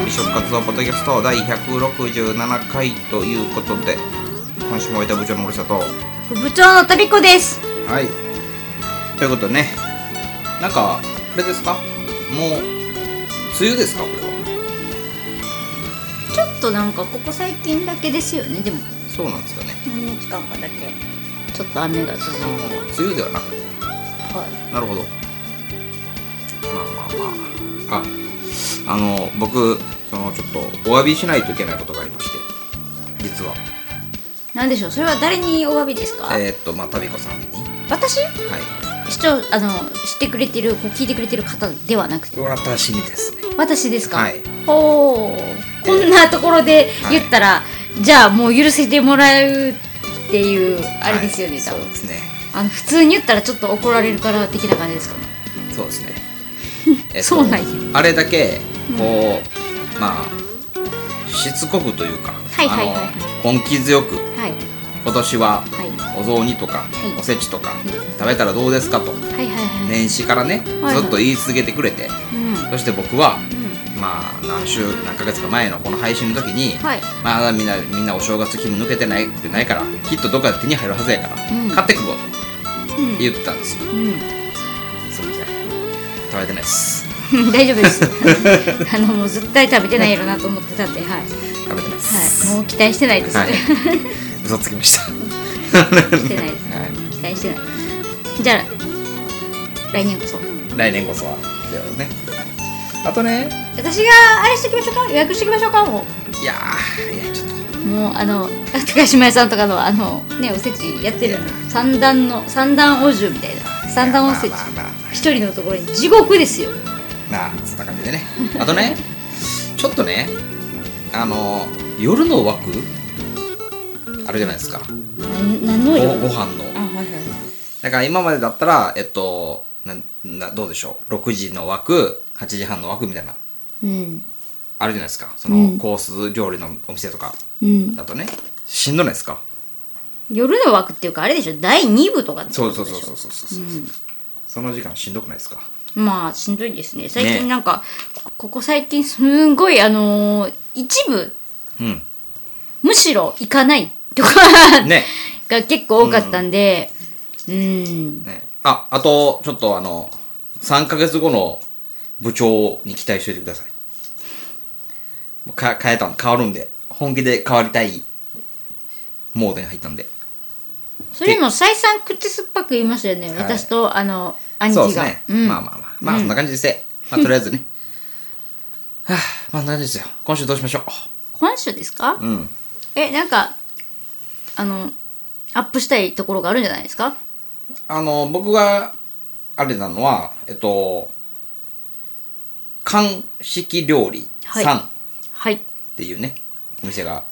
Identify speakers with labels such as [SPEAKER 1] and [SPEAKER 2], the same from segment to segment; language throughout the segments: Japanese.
[SPEAKER 1] ポッドキャスト第167回ということで今週もいた部長の森里は
[SPEAKER 2] 部長のとびこです
[SPEAKER 1] いということでねなんかあれですかもう梅雨ですかこれは
[SPEAKER 2] ちょっとなんかここ最近だけですよねでも
[SPEAKER 1] そうなんですかね
[SPEAKER 2] 何日間かだけちょっと雨が続いてる
[SPEAKER 1] 梅雨ではなく
[SPEAKER 2] は
[SPEAKER 1] なるほどまあまあまあああの僕そのちょっとお詫びしないといけないことがありまして実はい
[SPEAKER 2] なんでしょうそれは誰にお詫びですか、
[SPEAKER 1] えーっとまあ旅子さんに
[SPEAKER 2] 私
[SPEAKER 1] はい
[SPEAKER 2] 視聴あの知ってくれてるこう聞いてくれてる方ではなくて
[SPEAKER 1] 私にですね
[SPEAKER 2] 私ですか、
[SPEAKER 1] はい
[SPEAKER 2] おおこんなところで言ったら、じゃあもう許せてもらうっていうあれですよね、
[SPEAKER 1] はい
[SPEAKER 2] 多
[SPEAKER 1] そう
[SPEAKER 2] 分
[SPEAKER 1] ですね
[SPEAKER 2] あの普通に言ったらちょっと怒られるから的な感じですかね
[SPEAKER 1] そうです ねえっと
[SPEAKER 2] そうなんや
[SPEAKER 1] あれだけこう、まあしつこくというか、
[SPEAKER 2] はいはいはいはい
[SPEAKER 1] あの根気強く
[SPEAKER 2] はい
[SPEAKER 1] 今年は
[SPEAKER 2] はいは
[SPEAKER 1] お雑煮とか、
[SPEAKER 2] い
[SPEAKER 1] おせちとか、
[SPEAKER 2] い
[SPEAKER 1] 食べたらどうですかと
[SPEAKER 2] いはいはい、
[SPEAKER 1] 年始からね、
[SPEAKER 2] はいはい
[SPEAKER 1] ずっと言い続けてくれて
[SPEAKER 2] うん
[SPEAKER 1] そして僕は
[SPEAKER 2] う
[SPEAKER 1] まあ何週何ヶ月か前のこの配信の時に、
[SPEAKER 2] はい
[SPEAKER 1] まだみんなみんなお正月気分抜けてないってないからきっとどっかで手に入るはずやから、
[SPEAKER 2] うん
[SPEAKER 1] 買ってくるわと
[SPEAKER 2] んうん
[SPEAKER 1] 言ったんですよ、
[SPEAKER 2] う
[SPEAKER 1] すみません食べてないです
[SPEAKER 2] ん、 大丈夫です あのもう絶対食べてないやろなと思ってたんではい、は
[SPEAKER 1] 食べてないです
[SPEAKER 2] い、もう期待してないです、
[SPEAKER 1] はい嘘つきましたは
[SPEAKER 2] してないです
[SPEAKER 1] い
[SPEAKER 2] 期待してないじゃあ来年こそ
[SPEAKER 1] 来年こそはだよねあとね
[SPEAKER 2] 私があれしてきましょうか予約してきましょうかも
[SPEAKER 1] いやーいやちょっと
[SPEAKER 2] うもうあの高島屋さんとかのあのねおせちやってるの三段の三段お重みたいな三段おせち
[SPEAKER 1] いやまあまあまあまあ
[SPEAKER 2] 一人のところに地獄ですよ
[SPEAKER 1] まあそんな感じでねあとねちょっとねあの夜の枠あるじゃないですか
[SPEAKER 2] なん何の
[SPEAKER 1] ご
[SPEAKER 2] よ
[SPEAKER 1] ご飯の
[SPEAKER 2] あはいはい
[SPEAKER 1] だから今までだったらえっとなんなどうでしょう6時の枠8時半の枠みたいな
[SPEAKER 2] うん
[SPEAKER 1] あるじゃないですかそうの
[SPEAKER 2] ん
[SPEAKER 1] コース料理のお店とか
[SPEAKER 2] うん
[SPEAKER 1] だとねしんどないですか
[SPEAKER 2] 夜の枠っていうかあれでしょ第2部とかって
[SPEAKER 1] そ
[SPEAKER 2] こ
[SPEAKER 1] うそ
[SPEAKER 2] と
[SPEAKER 1] う
[SPEAKER 2] でし
[SPEAKER 1] そ
[SPEAKER 2] ょ
[SPEAKER 1] うそうそうそう、その時間しんどくないですか
[SPEAKER 2] まあしんどいですね最
[SPEAKER 1] ね
[SPEAKER 2] 近なんか、こここ最近すんごいあのー一部
[SPEAKER 1] うん
[SPEAKER 2] むしろ行かないとか
[SPEAKER 1] ね
[SPEAKER 2] が結構多かったんでうん
[SPEAKER 1] ねああとちょっとあの3ヶ月後の部長に期待しておいてくださいもうか変えたん変わるんで本気で変わりたいモードに入ったんで
[SPEAKER 2] それも再三口酸っぱく言いましたよね、
[SPEAKER 1] はい
[SPEAKER 2] 私とあの兄貴
[SPEAKER 1] そ
[SPEAKER 2] が
[SPEAKER 1] うですね、
[SPEAKER 2] うん、
[SPEAKER 1] まあまあまあまあそんな感じですね、まあとりあえ ずねはあまあそんな感じですよ今週どうしましょ
[SPEAKER 2] 今週ですか、
[SPEAKER 1] ううん
[SPEAKER 2] えなんかあのアップしたいところがあるんじゃないですか
[SPEAKER 1] あの僕があれなのはえっと韓式料理
[SPEAKER 2] はい
[SPEAKER 1] さんっ
[SPEAKER 2] はい
[SPEAKER 1] ていうね、お店が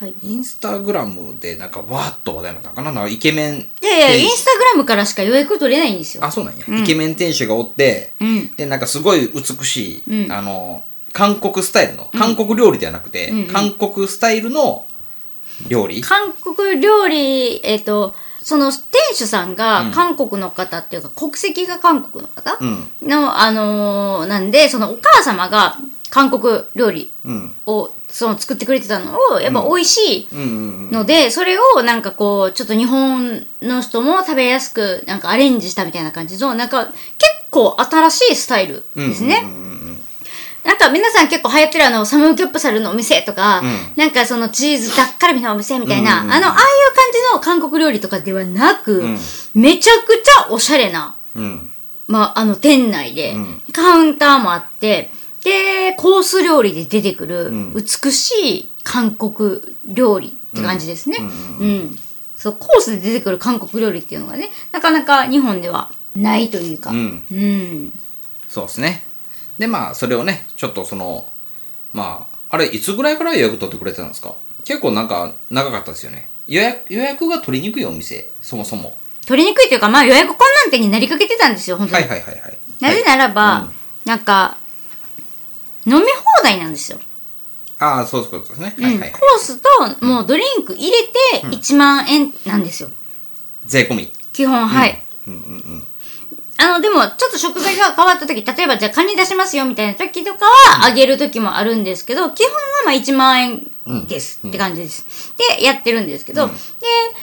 [SPEAKER 2] はい
[SPEAKER 1] インスタグラムでなんかわーっと話題になったのかななんかイケメン
[SPEAKER 2] いやいや
[SPEAKER 1] 店主
[SPEAKER 2] インスタグラムからしか予約取れないんですよ
[SPEAKER 1] あそうなんや、イケメン店主がおって、
[SPEAKER 2] うん
[SPEAKER 1] でなんかすごい美しい、
[SPEAKER 2] うん
[SPEAKER 1] あの韓国スタイルの韓国料理ではなくて、
[SPEAKER 2] うんうん
[SPEAKER 1] 韓国スタイルの料理、
[SPEAKER 2] 韓国料理、えっ、と、その店主さんが韓国の方っていうか、国籍が韓国の方、
[SPEAKER 1] うん
[SPEAKER 2] の、あのーなんで、そのお母様が韓国料理
[SPEAKER 1] うん
[SPEAKER 2] を、その作ってくれてたのを、やっぱ美味し
[SPEAKER 1] うんうん
[SPEAKER 2] いので、それをなんかこう、ちょっと日本の人も食べやすく、なんかアレンジしたみたいな感じの、なんか結構新しいスタイル
[SPEAKER 1] うん
[SPEAKER 2] ですね。
[SPEAKER 1] うんうんうんうん
[SPEAKER 2] なんか皆さん結構流行ってるあのサムギョプサルのお店とか、
[SPEAKER 1] ん
[SPEAKER 2] なんかそのチーズだっからみのお店みたい
[SPEAKER 1] うん
[SPEAKER 2] な、
[SPEAKER 1] うんうん
[SPEAKER 2] あの、ああいう感じの韓国料理とかではなく、
[SPEAKER 1] ん
[SPEAKER 2] めちゃくちゃおしゃれな、
[SPEAKER 1] うん
[SPEAKER 2] まあ、あの店内で、
[SPEAKER 1] うん
[SPEAKER 2] カウンターもあって、で、コース料理で出てくる
[SPEAKER 1] ん
[SPEAKER 2] 美しい韓国料理って感じですね。
[SPEAKER 1] う
[SPEAKER 2] うんん。
[SPEAKER 1] う
[SPEAKER 2] そう、コースで出てくる韓国料理っていうのがね、なかなか日本ではないというか、
[SPEAKER 1] うん
[SPEAKER 2] うん
[SPEAKER 1] そうですねでまあそれをねちょっとそのまああれいつぐらいから予約取ってくれてたんですか結構なんか長かったですよね予約予約が取りにくいお店そもそも
[SPEAKER 2] 取りにくいというか、まあ予約困難点になりかけてたんですよ、本当
[SPEAKER 1] は
[SPEAKER 2] に。
[SPEAKER 1] いはいはいはい
[SPEAKER 2] なぜならば、
[SPEAKER 1] はいうん
[SPEAKER 2] なんか、飲み放題なんですよ。
[SPEAKER 1] ああそういうことですね、
[SPEAKER 2] うん
[SPEAKER 1] はいはいはい
[SPEAKER 2] コースと、もうドリンク入れて1万円なんですよ。
[SPEAKER 1] 税込み
[SPEAKER 2] 基本、はい。
[SPEAKER 1] うんうんうん
[SPEAKER 2] あの、でも、ちょっと食材が変わった時、例えば、じゃあ、カニ出しますよ、みたいな時とかは、あげる時もあるんですけど、基本は、まあ、1万円です、って感じです。で、やってるんですけど、で、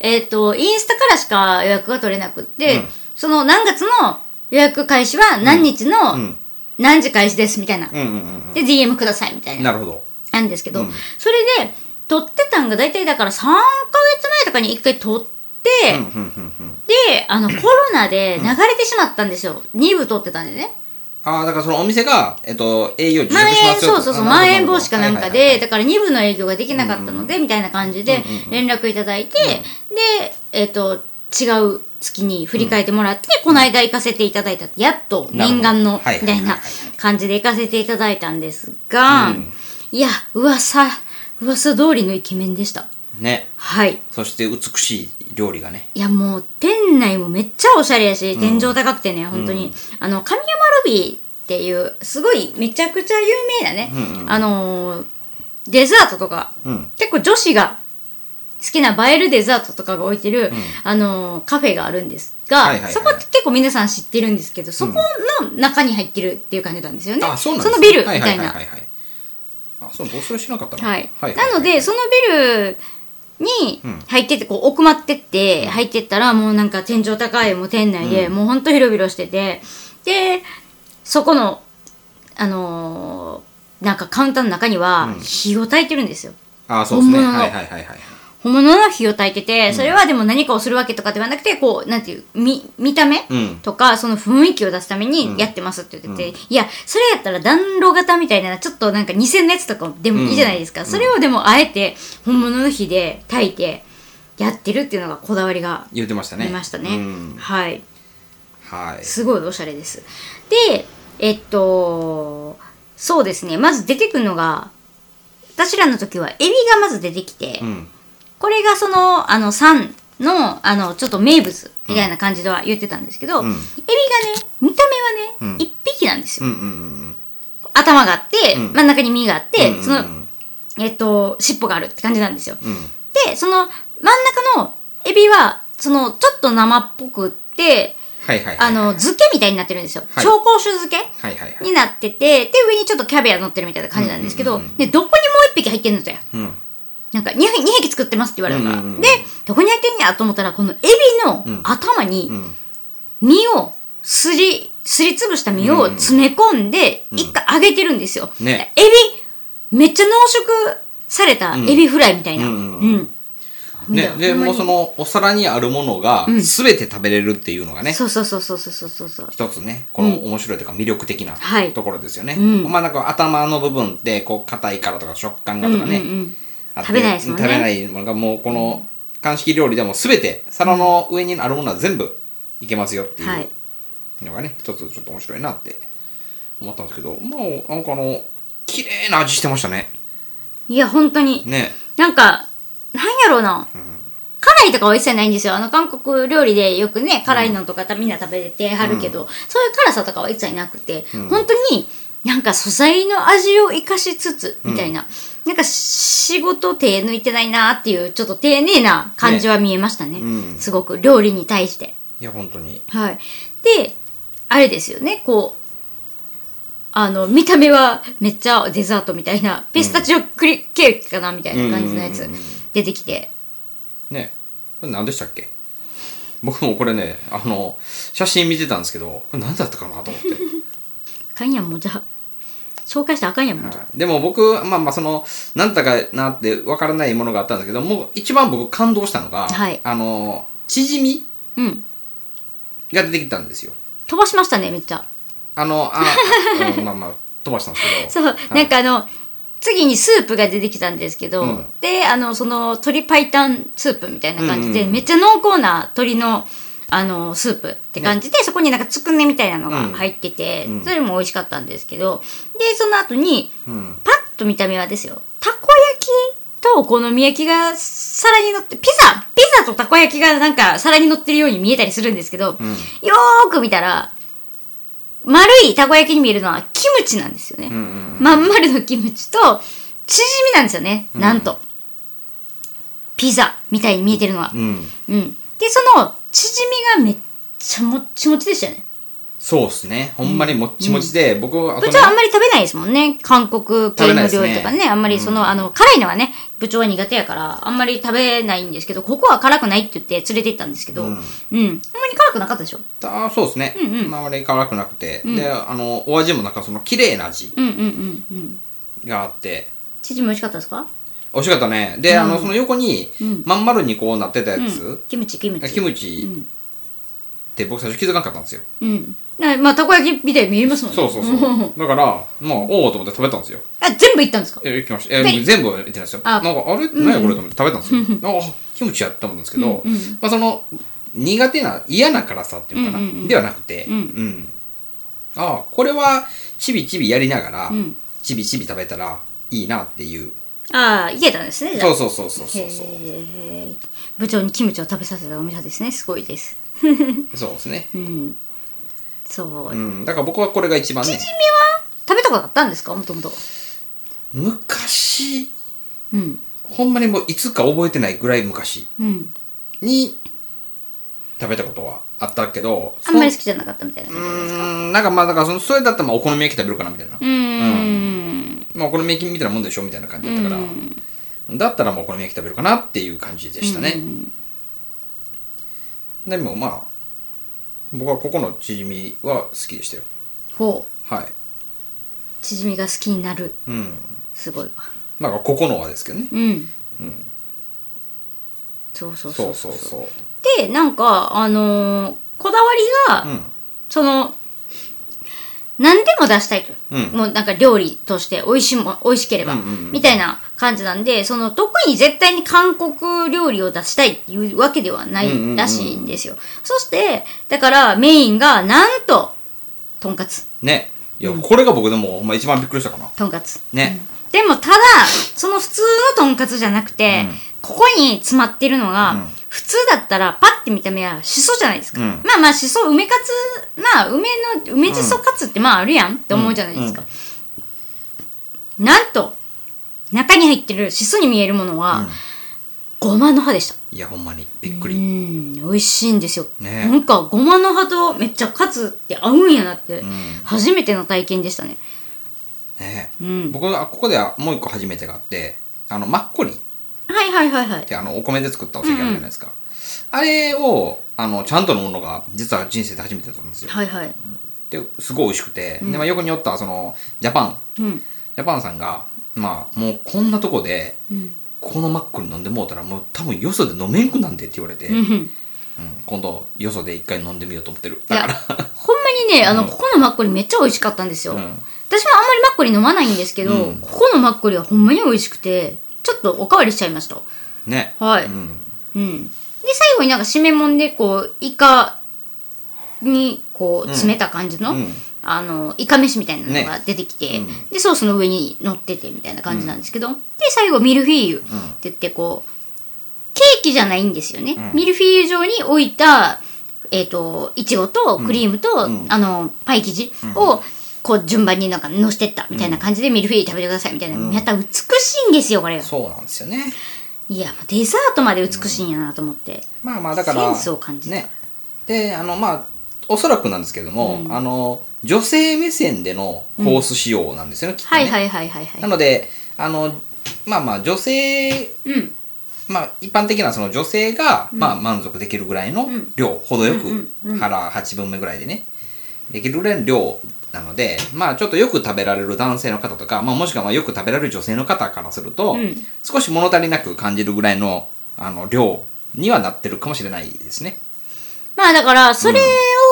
[SPEAKER 2] えっ、と、インスタからしか予約が取れなくって、
[SPEAKER 1] うん
[SPEAKER 2] その、何月の予約開始は、何日の
[SPEAKER 1] ん、
[SPEAKER 2] 何時開始です、みたいな。
[SPEAKER 1] うんうんうん
[SPEAKER 2] で、DM ください、みたい
[SPEAKER 1] うん
[SPEAKER 2] な。
[SPEAKER 1] なるほど
[SPEAKER 2] なんですけど、
[SPEAKER 1] うん
[SPEAKER 2] それで、撮ってたんが、大体だから、3ヶ月前とかに1回撮って、
[SPEAKER 1] うんうんうんうん
[SPEAKER 2] で、 あの、コロナで流れてしまったんですよ。2部取ってたんでね。
[SPEAKER 1] ああだからそのお店がえっと営業自
[SPEAKER 2] ま
[SPEAKER 1] 粛
[SPEAKER 2] ん
[SPEAKER 1] しま
[SPEAKER 2] 延、
[SPEAKER 1] すよ
[SPEAKER 2] そうそうそう、まん延防止かなんかで、
[SPEAKER 1] だ
[SPEAKER 2] だから2部の営業ができなかったので、みたいな感じで連絡いただいて、で、えっ、と、違う月に振り返ってもらって、この間行かせていただいた。やっと念願の、
[SPEAKER 1] な
[SPEAKER 2] みた
[SPEAKER 1] るほどはいはい
[SPEAKER 2] い
[SPEAKER 1] はい
[SPEAKER 2] な
[SPEAKER 1] はい
[SPEAKER 2] 感じで行かせていただいたんですが、
[SPEAKER 1] うん
[SPEAKER 2] いや、噂、噂通りのイケメンでした。
[SPEAKER 1] ね
[SPEAKER 2] はい。
[SPEAKER 1] そして美しい料理がね
[SPEAKER 2] いやもう店内もめっちゃおしゃれやし天井高くてね、本当に、あの神山ロビーっていうすごいめちゃくちゃ有名なね、
[SPEAKER 1] うんうん
[SPEAKER 2] あのーデザートとか、
[SPEAKER 1] うん
[SPEAKER 2] 結構女子が好きな映えるデザートとかが置いてる、あのーカフェがあるんですが、
[SPEAKER 1] はいはいはい
[SPEAKER 2] そこって結構皆さん知ってるんですけどそこの中に入ってるっていう感じなんですよね、
[SPEAKER 1] あそうなんです
[SPEAKER 2] の
[SPEAKER 1] ね
[SPEAKER 2] ビルみたいな、
[SPEAKER 1] はいはいはいはいあそうどうそれ知らなかったな
[SPEAKER 2] はい。なので、そのビルに
[SPEAKER 1] うん
[SPEAKER 2] 入ってて、こう、奥まってって、入ってったら、もうなんか天井高い、もう店内で、もうほんと広々してて、で、そこの、あのーなんかカウンターの中には、火を焚いてるんですよ。
[SPEAKER 1] あそうですね
[SPEAKER 2] 本物の
[SPEAKER 1] はいはいはいはい
[SPEAKER 2] 本物の火を焚いてて、それはでも何かをするわけとかではなくて、こう、なんていう、み、見た目
[SPEAKER 1] うん
[SPEAKER 2] とか、その雰囲気を出すためにやってますって言ってて、いや、それやったら暖炉型みたいな、ちょっとなんか偽のやつとかでもいいじゃないですか。それをでもあえて、本物の火で焚いて、やってるっていうのがこだわりが
[SPEAKER 1] 言ってました
[SPEAKER 2] あ
[SPEAKER 1] ね
[SPEAKER 2] りましたね。
[SPEAKER 1] うん
[SPEAKER 2] はい。
[SPEAKER 1] はい
[SPEAKER 2] すごいおしゃれです。で、えっと、そうですね。まず出てくるのが、私らの時は、エビがまず出てきて、
[SPEAKER 1] うん
[SPEAKER 2] これがその、あの、酸の、あの、ちょっと名物みたいな感じでは言ってたんですけど、
[SPEAKER 1] うん
[SPEAKER 2] エビがね、見た目はね、
[SPEAKER 1] うん
[SPEAKER 2] 一、匹なんです
[SPEAKER 1] う
[SPEAKER 2] よ。
[SPEAKER 1] んうんうん
[SPEAKER 2] 頭があって、
[SPEAKER 1] うん
[SPEAKER 2] 真ん中に身があって、
[SPEAKER 1] うん
[SPEAKER 2] その
[SPEAKER 1] う、ん
[SPEAKER 2] えっと、尻尾があるって感じなんですよ。
[SPEAKER 1] うん
[SPEAKER 2] で、その、真ん中のエビは、その、ちょっと生っぽくって、
[SPEAKER 1] はいはいはい
[SPEAKER 2] あの、漬けみたいになってるんですよ。
[SPEAKER 1] はい
[SPEAKER 2] 紹興酒漬け
[SPEAKER 1] はいはいはい
[SPEAKER 2] になってて、で、上にちょっとキャビア乗ってるみたいな感じなんですけど、
[SPEAKER 1] うんうんうん
[SPEAKER 2] で、どこにもう一匹入ってんのだよ。
[SPEAKER 1] うん
[SPEAKER 2] なんか 2, 匹作ってますって言われたから、
[SPEAKER 1] うんうんうん
[SPEAKER 2] でどこに入ってんねやと思ったらこのエビの
[SPEAKER 1] うん
[SPEAKER 2] 頭に
[SPEAKER 1] うん
[SPEAKER 2] 身をすりすりつぶした身を詰め込んで一回揚げてるんですよ、
[SPEAKER 1] ね
[SPEAKER 2] エビめっちゃ濃縮されたエビフライみたいな
[SPEAKER 1] う
[SPEAKER 2] うんん、
[SPEAKER 1] うんうんね
[SPEAKER 2] ほん
[SPEAKER 1] で
[SPEAKER 2] ほん
[SPEAKER 1] も
[SPEAKER 2] まに
[SPEAKER 1] うそのお皿にあるものが
[SPEAKER 2] ん
[SPEAKER 1] 全て食べれるっていうのがね
[SPEAKER 2] そうそうそうそうそうそうそう
[SPEAKER 1] 一つねこの面白いというか魅力的な
[SPEAKER 2] はい
[SPEAKER 1] ところですよね、
[SPEAKER 2] ん
[SPEAKER 1] まあなんか頭の部分ってこう硬いからとか食感がとかね、
[SPEAKER 2] うんうんうん
[SPEAKER 1] あって
[SPEAKER 2] 食べないですもんね
[SPEAKER 1] 食べないものがもうこの乾式料理でも全て皿の上にあるものは全部いけますよってい
[SPEAKER 2] はいう
[SPEAKER 1] のがね一つちょっと面白いなって思ったんですけどまあなんかあの綺麗な味してましたね
[SPEAKER 2] いや本当に
[SPEAKER 1] ね
[SPEAKER 2] なんかなんやろうな、辛いとかは一切ないんですよあの韓国料理でよくね辛いのとかみんな食べてはるけど、そういう辛さとかは一切なくて、本当になんか素材の味を生かしつつみたいな、なんか仕事手抜いてないなっていうちょっと丁寧な感じは見えましたね
[SPEAKER 1] うん
[SPEAKER 2] すごく料理に対して
[SPEAKER 1] いや本当に
[SPEAKER 2] はいであれですよねこうあの見た目はめっちゃデザートみたいなピスタチオクリケーキかなみたいな感じのや
[SPEAKER 1] うん
[SPEAKER 2] つ
[SPEAKER 1] うんうんうん
[SPEAKER 2] 出てきて
[SPEAKER 1] ねこれ何でしたっけ僕もこれねあの写真見てたんですけどこれ何だったかなと思って
[SPEAKER 2] あかんやんもうじゃあ紹介したらあかんやんもうじゃあ
[SPEAKER 1] でも僕、まあまあその、なんだかなってわからないものがあったんですけど、もう一番僕感動したのが、
[SPEAKER 2] はい
[SPEAKER 1] あの、チヂミ
[SPEAKER 2] うん
[SPEAKER 1] が出てきたんですよ。
[SPEAKER 2] 飛ばしましたねめっちゃ
[SPEAKER 1] あの、 あ、うんまあまあ飛ばしたんですけど。
[SPEAKER 2] そう、
[SPEAKER 1] い
[SPEAKER 2] なんかあの次にスープが出てきたんですけど、
[SPEAKER 1] うん
[SPEAKER 2] であのその鶏白湯スープみたいな感じで、
[SPEAKER 1] うんうんうん
[SPEAKER 2] めっちゃ濃厚な鶏のあのスープって感じで、そこになんかつくねみたいなのが入ってて、
[SPEAKER 1] うん
[SPEAKER 2] それも美味しかったんですけどでその後に
[SPEAKER 1] うん。
[SPEAKER 2] パッと見た目はですよたこ焼きとお好み焼きが皿に乗ってピザピザとたこ焼きがなんか皿に乗ってるように見えたりするんですけど、
[SPEAKER 1] うん。
[SPEAKER 2] よーく見たら丸いたこ焼きに見えるのはキムチなんですよね、
[SPEAKER 1] うんうん
[SPEAKER 2] まん丸のキムチとチヂミなんですよね、なんとピザみたいに見えてるのは
[SPEAKER 1] うん。
[SPEAKER 2] うん、でそのチヂミがめっちゃもっちもちでしたよね
[SPEAKER 1] そうっすね。ほんまにもっちもちで、僕は
[SPEAKER 2] 部長あんまり食べないですもんね。韓国系の料理と
[SPEAKER 1] 食べな
[SPEAKER 2] か
[SPEAKER 1] いです
[SPEAKER 2] ね。
[SPEAKER 1] ね
[SPEAKER 2] あんまりその、あの、辛いのはね、部長は苦手やから、あんまり食べないんですけど、ここは辛くないって言って連れて行ったんですけど、うん。あんまり辛くなかったでしょ。
[SPEAKER 1] あーそうですね。
[SPEAKER 2] うんうん
[SPEAKER 1] まあ、あれ辛くなくて、で、あの、お味もなんかその綺麗な味
[SPEAKER 2] うんうんうんうん。
[SPEAKER 1] があって、
[SPEAKER 2] 父も美味しかったですか
[SPEAKER 1] 美味しかったね。で、あの、その横に、まん丸にこうなってたや
[SPEAKER 2] う
[SPEAKER 1] つ
[SPEAKER 2] ん、キムチ、キムチ。
[SPEAKER 1] キムチって僕最初気づかなかったんですよ。
[SPEAKER 2] うん。なまあ、たこ焼きみたいに見えますもんね。
[SPEAKER 1] そうそうそう。だから、まあ、おおと思って食べたんですよ。
[SPEAKER 2] あ、全部行ったんですか
[SPEAKER 1] え、行きました。え、
[SPEAKER 2] で
[SPEAKER 1] 僕全部行ってないですよ。な
[SPEAKER 2] あ
[SPEAKER 1] んか、あれ何やこれと思って食べたんですよ。ああ、キムチやって思ったんですけど、
[SPEAKER 2] うんうん
[SPEAKER 1] まあ、その、苦手な、嫌な辛さっていうのかな、
[SPEAKER 2] うんうんうん
[SPEAKER 1] ではなくて、
[SPEAKER 2] うん
[SPEAKER 1] んああ、これは、ちびちびやりながら、
[SPEAKER 2] ん
[SPEAKER 1] ちびちび食べたらいいなっていう。
[SPEAKER 2] ああ、行けたんですね、じゃあ。
[SPEAKER 1] そうそうそうそうそうそう。
[SPEAKER 2] へー部長にキムチを食べさせたお店ですね。すごいです。
[SPEAKER 1] そうですね。
[SPEAKER 2] うん。そう。
[SPEAKER 1] うん。だから僕はこれが一番ね、
[SPEAKER 2] 食べたことあったんですかもともと。
[SPEAKER 1] 昔、
[SPEAKER 2] うん。
[SPEAKER 1] ほんまにもういつか覚えてないぐらい昔
[SPEAKER 2] うん。
[SPEAKER 1] に食べたことはあったけど、
[SPEAKER 2] あんまり好きじゃなかったみたいな感じなんですか
[SPEAKER 1] うんなんかまあだからそのそれだったらまあお好み焼き食べるかなみたいな、
[SPEAKER 2] うーん。
[SPEAKER 1] まあお好み焼きみたいなもんでしょみたいな感じだったから、だったらまあお好み焼き食べるかなっていう感じでしたね、でもまあ僕はここのチヂミは好きでしたよ
[SPEAKER 2] ほう。
[SPEAKER 1] はい
[SPEAKER 2] チヂミが好きになる。
[SPEAKER 1] うん
[SPEAKER 2] すごいわ。
[SPEAKER 1] まあここのはですけどね
[SPEAKER 2] うん。そうそう
[SPEAKER 1] そ
[SPEAKER 2] そうう
[SPEAKER 1] そうそう
[SPEAKER 2] で、なんか、あのーこだわり
[SPEAKER 1] う
[SPEAKER 2] が、
[SPEAKER 1] ん
[SPEAKER 2] その、何でも出したいと。
[SPEAKER 1] うん
[SPEAKER 2] もうなんか料理として美味しいもん、美味しければ、
[SPEAKER 1] うんうんうん
[SPEAKER 2] みたいな感じなんで、その特に絶対に韓国料理を出したいっていうわけではな
[SPEAKER 1] うんうんうん
[SPEAKER 2] いらしいんですよ。そして、だからメインがなんと、とんかつ、
[SPEAKER 1] ねいやこれが僕でもほんま一番びっくりしたかな
[SPEAKER 2] とんかつ。
[SPEAKER 1] ね、
[SPEAKER 2] でもただ、その普通のとんかつじゃなくて、
[SPEAKER 1] うん
[SPEAKER 2] ここに詰まってるのが、
[SPEAKER 1] うん
[SPEAKER 2] 普通だったらパッて見た目はしそじゃないですか。
[SPEAKER 1] うん
[SPEAKER 2] まあまあしそ、梅かつ、まあ梅の、梅じそかつってまああるやんって思うじゃないですか。なんと、中に入ってるしそに見えるものは、ごまの葉でした。
[SPEAKER 1] いやほんまにびっく
[SPEAKER 2] う
[SPEAKER 1] り、
[SPEAKER 2] ん、美味しいんですよ。
[SPEAKER 1] ね
[SPEAKER 2] なんかごまの葉とめっちゃカツって合うんやなって、
[SPEAKER 1] ん
[SPEAKER 2] 初めての体験でしたね。
[SPEAKER 1] ね
[SPEAKER 2] うん
[SPEAKER 1] 僕はここではもう一個初めてがあってあのマッコリっ
[SPEAKER 2] はいはいはいはい。
[SPEAKER 1] てあのお米で作ったお酒あるじゃないですか、あれをあのちゃんと飲むのが実は人生で初めてだったんですよ
[SPEAKER 2] はいはい。
[SPEAKER 1] ですごい美味しくて、でまあ、横におったそのジャパン
[SPEAKER 2] うん。
[SPEAKER 1] ジャパンさんがまあもうこんなとこで
[SPEAKER 2] うん。
[SPEAKER 1] このマッコリ飲んでもうたらもう多分よそで飲めんくなんでって言われて、
[SPEAKER 2] う
[SPEAKER 1] うん
[SPEAKER 2] ん
[SPEAKER 1] 今度よそで一回飲んでみようと思ってる
[SPEAKER 2] い
[SPEAKER 1] だ
[SPEAKER 2] や、
[SPEAKER 1] から
[SPEAKER 2] ほんまにね、あの、ここのマッコリめっちゃ美味しかったんですよ。
[SPEAKER 1] うん
[SPEAKER 2] 私もあんまりマッコリ飲まないんですけど、
[SPEAKER 1] うん
[SPEAKER 2] ここのマッコリはほんまに美味しくて、ちょっとおかわりしちゃいました。
[SPEAKER 1] ね
[SPEAKER 2] はい
[SPEAKER 1] うん、
[SPEAKER 2] うん。で、最後になんか締めもんで、こう、イカに、こう、詰めた感じの、
[SPEAKER 1] うん
[SPEAKER 2] あの、イカ飯みたいなのが出てきて、
[SPEAKER 1] ね
[SPEAKER 2] で、ソースの上に乗っててみたいな感じなんですけど、で、最後ミルフィーユって言って、こう、ケーキじゃないんですよね。
[SPEAKER 1] うん
[SPEAKER 2] ミルフィーユ状に置いた、えっ、と、いちごとクリームと、
[SPEAKER 1] ん
[SPEAKER 2] あの、パイ生地を、こう順番になんか乗してったみたいな感じでミルフィーユ食べてくださいみたいな、やったら美しいんですよこれが
[SPEAKER 1] そうなんですよね
[SPEAKER 2] いやもうデザートまで美しいんやなと思って、
[SPEAKER 1] まあまあだから
[SPEAKER 2] センスを感じた
[SPEAKER 1] ねであのまあおそらくなんですけども、あの女性目線でのコース仕様なんですよね、きっと
[SPEAKER 2] は
[SPEAKER 1] ね
[SPEAKER 2] いはいはいはいはい
[SPEAKER 1] なのであのまあまあ女性
[SPEAKER 2] うん
[SPEAKER 1] まあ一般的なその女性が、まあ満足できるぐらいの量、程よく、
[SPEAKER 2] うん
[SPEAKER 1] 腹8分目ぐらいでねできるぐらいの量なのでまあちょっとよく食べられる男性の方とか、まあ、もしくはまあよく食べられる女性の方からすると、
[SPEAKER 2] ん
[SPEAKER 1] 少し物足りなく感じるぐらいのあの量にはなってるかもしれないですね。
[SPEAKER 2] まあだから、それ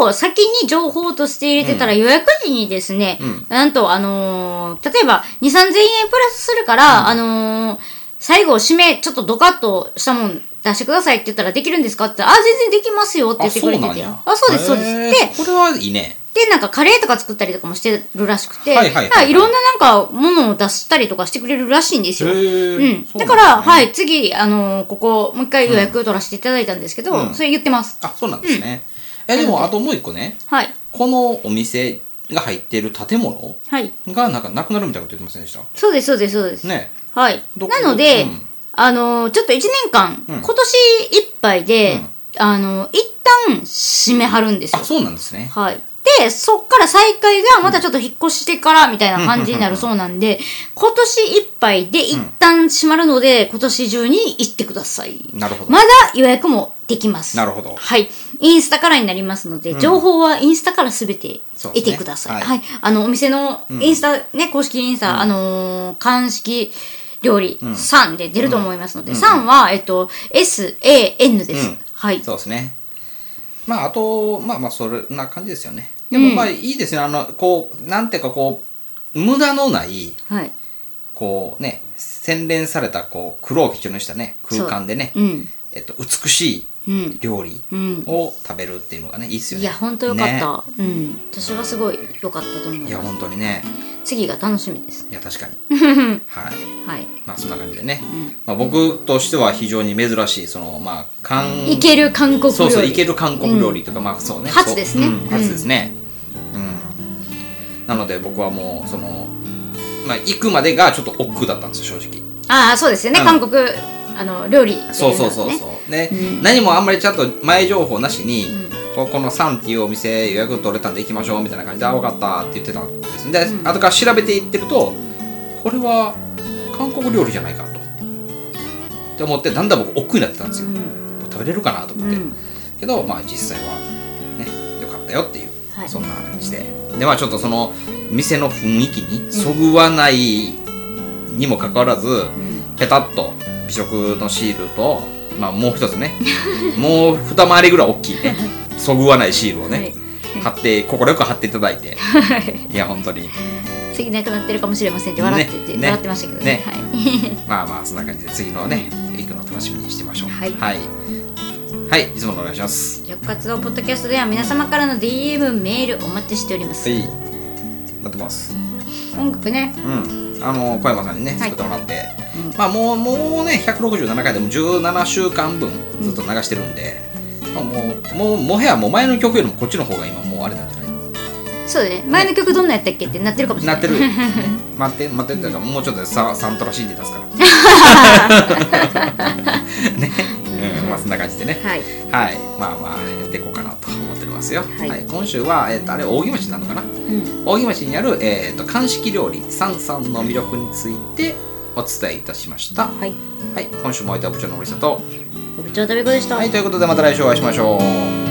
[SPEAKER 2] を先に情報として入れてたら予約時にですね、
[SPEAKER 1] ん
[SPEAKER 2] なんとあのー例えば2、3000円プラスするから、あのー最後締めちょっとドカッとしたもん出してくださいって言ったらできるんですかって言ったら、あ、全然できますよって言ってくれてて。あ、そうです、そうです。
[SPEAKER 1] へー
[SPEAKER 2] で、
[SPEAKER 1] これはいいね。
[SPEAKER 2] で、なんかカレーとか作ったりとかもしてるらしくて、
[SPEAKER 1] はいはいはいはい
[SPEAKER 2] だからろんななんかものを出したりとかしてくれるらしいんですよ。
[SPEAKER 1] へー
[SPEAKER 2] うん。
[SPEAKER 1] そうなんですね
[SPEAKER 2] だから、はい、次、あのーここ、もう一回予約取らせていただいたんですけど、
[SPEAKER 1] うん
[SPEAKER 2] それ言ってます。
[SPEAKER 1] あ、そうなんですね。え、でもあともう一個ね、
[SPEAKER 2] はい。
[SPEAKER 1] このお店が入っている建物
[SPEAKER 2] はい。
[SPEAKER 1] がなんかなくなるみたいなこと言ってませんでした
[SPEAKER 2] そうです、そうです、そうです。
[SPEAKER 1] ね。
[SPEAKER 2] はい。
[SPEAKER 1] ど
[SPEAKER 2] なので、
[SPEAKER 1] うん
[SPEAKER 2] あのー、ちょっと1年間、
[SPEAKER 1] うん
[SPEAKER 2] 今年いっぱいで、あのー、一旦締めはるんですよ
[SPEAKER 1] あ、。そうなんですね。
[SPEAKER 2] はい。で、で、そっから再開がまたちょっと引っ越してからみたいな感じになるそうなんで、今年いっぱいで一旦閉まるので、今年中に行ってください。
[SPEAKER 1] なるほど
[SPEAKER 2] まだ予約もできます。
[SPEAKER 1] なるほど
[SPEAKER 2] はい。インスタからになりますので、情報はインスタからすべて
[SPEAKER 1] そうで
[SPEAKER 2] 得
[SPEAKER 1] すね
[SPEAKER 2] てください。
[SPEAKER 1] はい
[SPEAKER 2] はい。あの、お店のインスタ、ね、公式インスタ、あのー、鑑識料理3で出ると思いますので、3は、えっと、SAN です。
[SPEAKER 1] うん
[SPEAKER 2] はい。
[SPEAKER 1] そうですね。まあ、あと、まあまあ、そんな感じですよね。でも、まあ、いいですね。あの、こう、なんていうか、こう、無駄のない、
[SPEAKER 2] はい。
[SPEAKER 1] こうね、洗練された、こう、苦労を基準にしたね、空間でね、
[SPEAKER 2] うん。
[SPEAKER 1] えっと、美し
[SPEAKER 2] う
[SPEAKER 1] い
[SPEAKER 2] ん。
[SPEAKER 1] 料理
[SPEAKER 2] うん
[SPEAKER 1] を食べるっていうのがね、いいですよ
[SPEAKER 2] い
[SPEAKER 1] ね。
[SPEAKER 2] や、ほんとよかっ
[SPEAKER 1] ね
[SPEAKER 2] た。うん。私はすごいよかったと思い
[SPEAKER 1] いや、
[SPEAKER 2] ます。
[SPEAKER 1] 本当にね。
[SPEAKER 2] 次が楽しみです。
[SPEAKER 1] いや、確か に。はい。
[SPEAKER 2] はい。
[SPEAKER 1] まあ、そんな感じでね。まあ、僕としては非常に珍しい、その、まあ、韓
[SPEAKER 2] いける韓国料理。
[SPEAKER 1] そうそう、いける韓国料理とか、まあそうね。
[SPEAKER 2] 初ですね
[SPEAKER 1] そううん
[SPEAKER 2] うん
[SPEAKER 1] 初ですね。うん。なので僕はもう、その、まあ行くまでがちょっと億劫だったんですよ、正直。
[SPEAKER 2] ああ、そうですよね。
[SPEAKER 1] うん
[SPEAKER 2] 韓国、あの、料理っていのはね。
[SPEAKER 1] そうそうそうそう。ね、何もあんまりちゃんと前情報なしに、ここのサンっていうお店予約取れたんで行きましょうみたいな感じで、あ、分かったって言ってたんです。で、後から調べていってると、これは韓国料理じゃないかと。って思って、だんだん僕億劫になってたんですよ。
[SPEAKER 2] うん
[SPEAKER 1] もう食べれるかなと思って。
[SPEAKER 2] うん。
[SPEAKER 1] けどまあ実際はね良かったよっていう、
[SPEAKER 2] はい
[SPEAKER 1] そんな感じででまあちょっとその店の雰囲気にそぐわないにもかかわらず、ペタッと美食のシールとまあもう一つね もう二回りぐらい大きいねそぐわないシールをね、
[SPEAKER 2] はい
[SPEAKER 1] 貼って快く貼っていただいていや本当に
[SPEAKER 2] 次なくなってるかもしれませんって笑ってて、
[SPEAKER 1] ねね
[SPEAKER 2] 笑ってましたけどね
[SPEAKER 1] ね
[SPEAKER 2] はい、
[SPEAKER 1] まあまあそんな感じで次のね行くのを楽しみにしてましょう
[SPEAKER 2] はい
[SPEAKER 1] はい、はい、いつものお願いします
[SPEAKER 2] よく活動ポッドキャストでは皆様からの DM メールお待ちしております、
[SPEAKER 1] はい待ってます
[SPEAKER 2] 音楽ね
[SPEAKER 1] うん、あの小山さんにね
[SPEAKER 2] い
[SPEAKER 1] 作ってもらって、まあもうもうね167回でも17週間分ずっと流してるんで、まあもうもうもはやもう前の曲よりもこっちの方が今もうあれなんじゃない
[SPEAKER 2] そうだね前の曲どんなやったっけってなってるかもしれな
[SPEAKER 1] ないって る、ね、待って待ってっていうかもうちょっとでササントラ CD 出すから ね、うん、まあそんな感じでね
[SPEAKER 2] はい
[SPEAKER 1] はい、まあまあやっていこうかなと思っておりますよ、
[SPEAKER 2] は
[SPEAKER 1] はいい今週は、えっとあれ扇町なのかな、
[SPEAKER 2] ん
[SPEAKER 1] 扇町にある、えっと鑑識料理サンさんの魅力についてお伝えいたしました、
[SPEAKER 2] はい
[SPEAKER 1] はい、今週もお相手は部長の森下と。
[SPEAKER 2] ご部長食べ子でした、
[SPEAKER 1] はい、ということでまた来週お会いしましょう。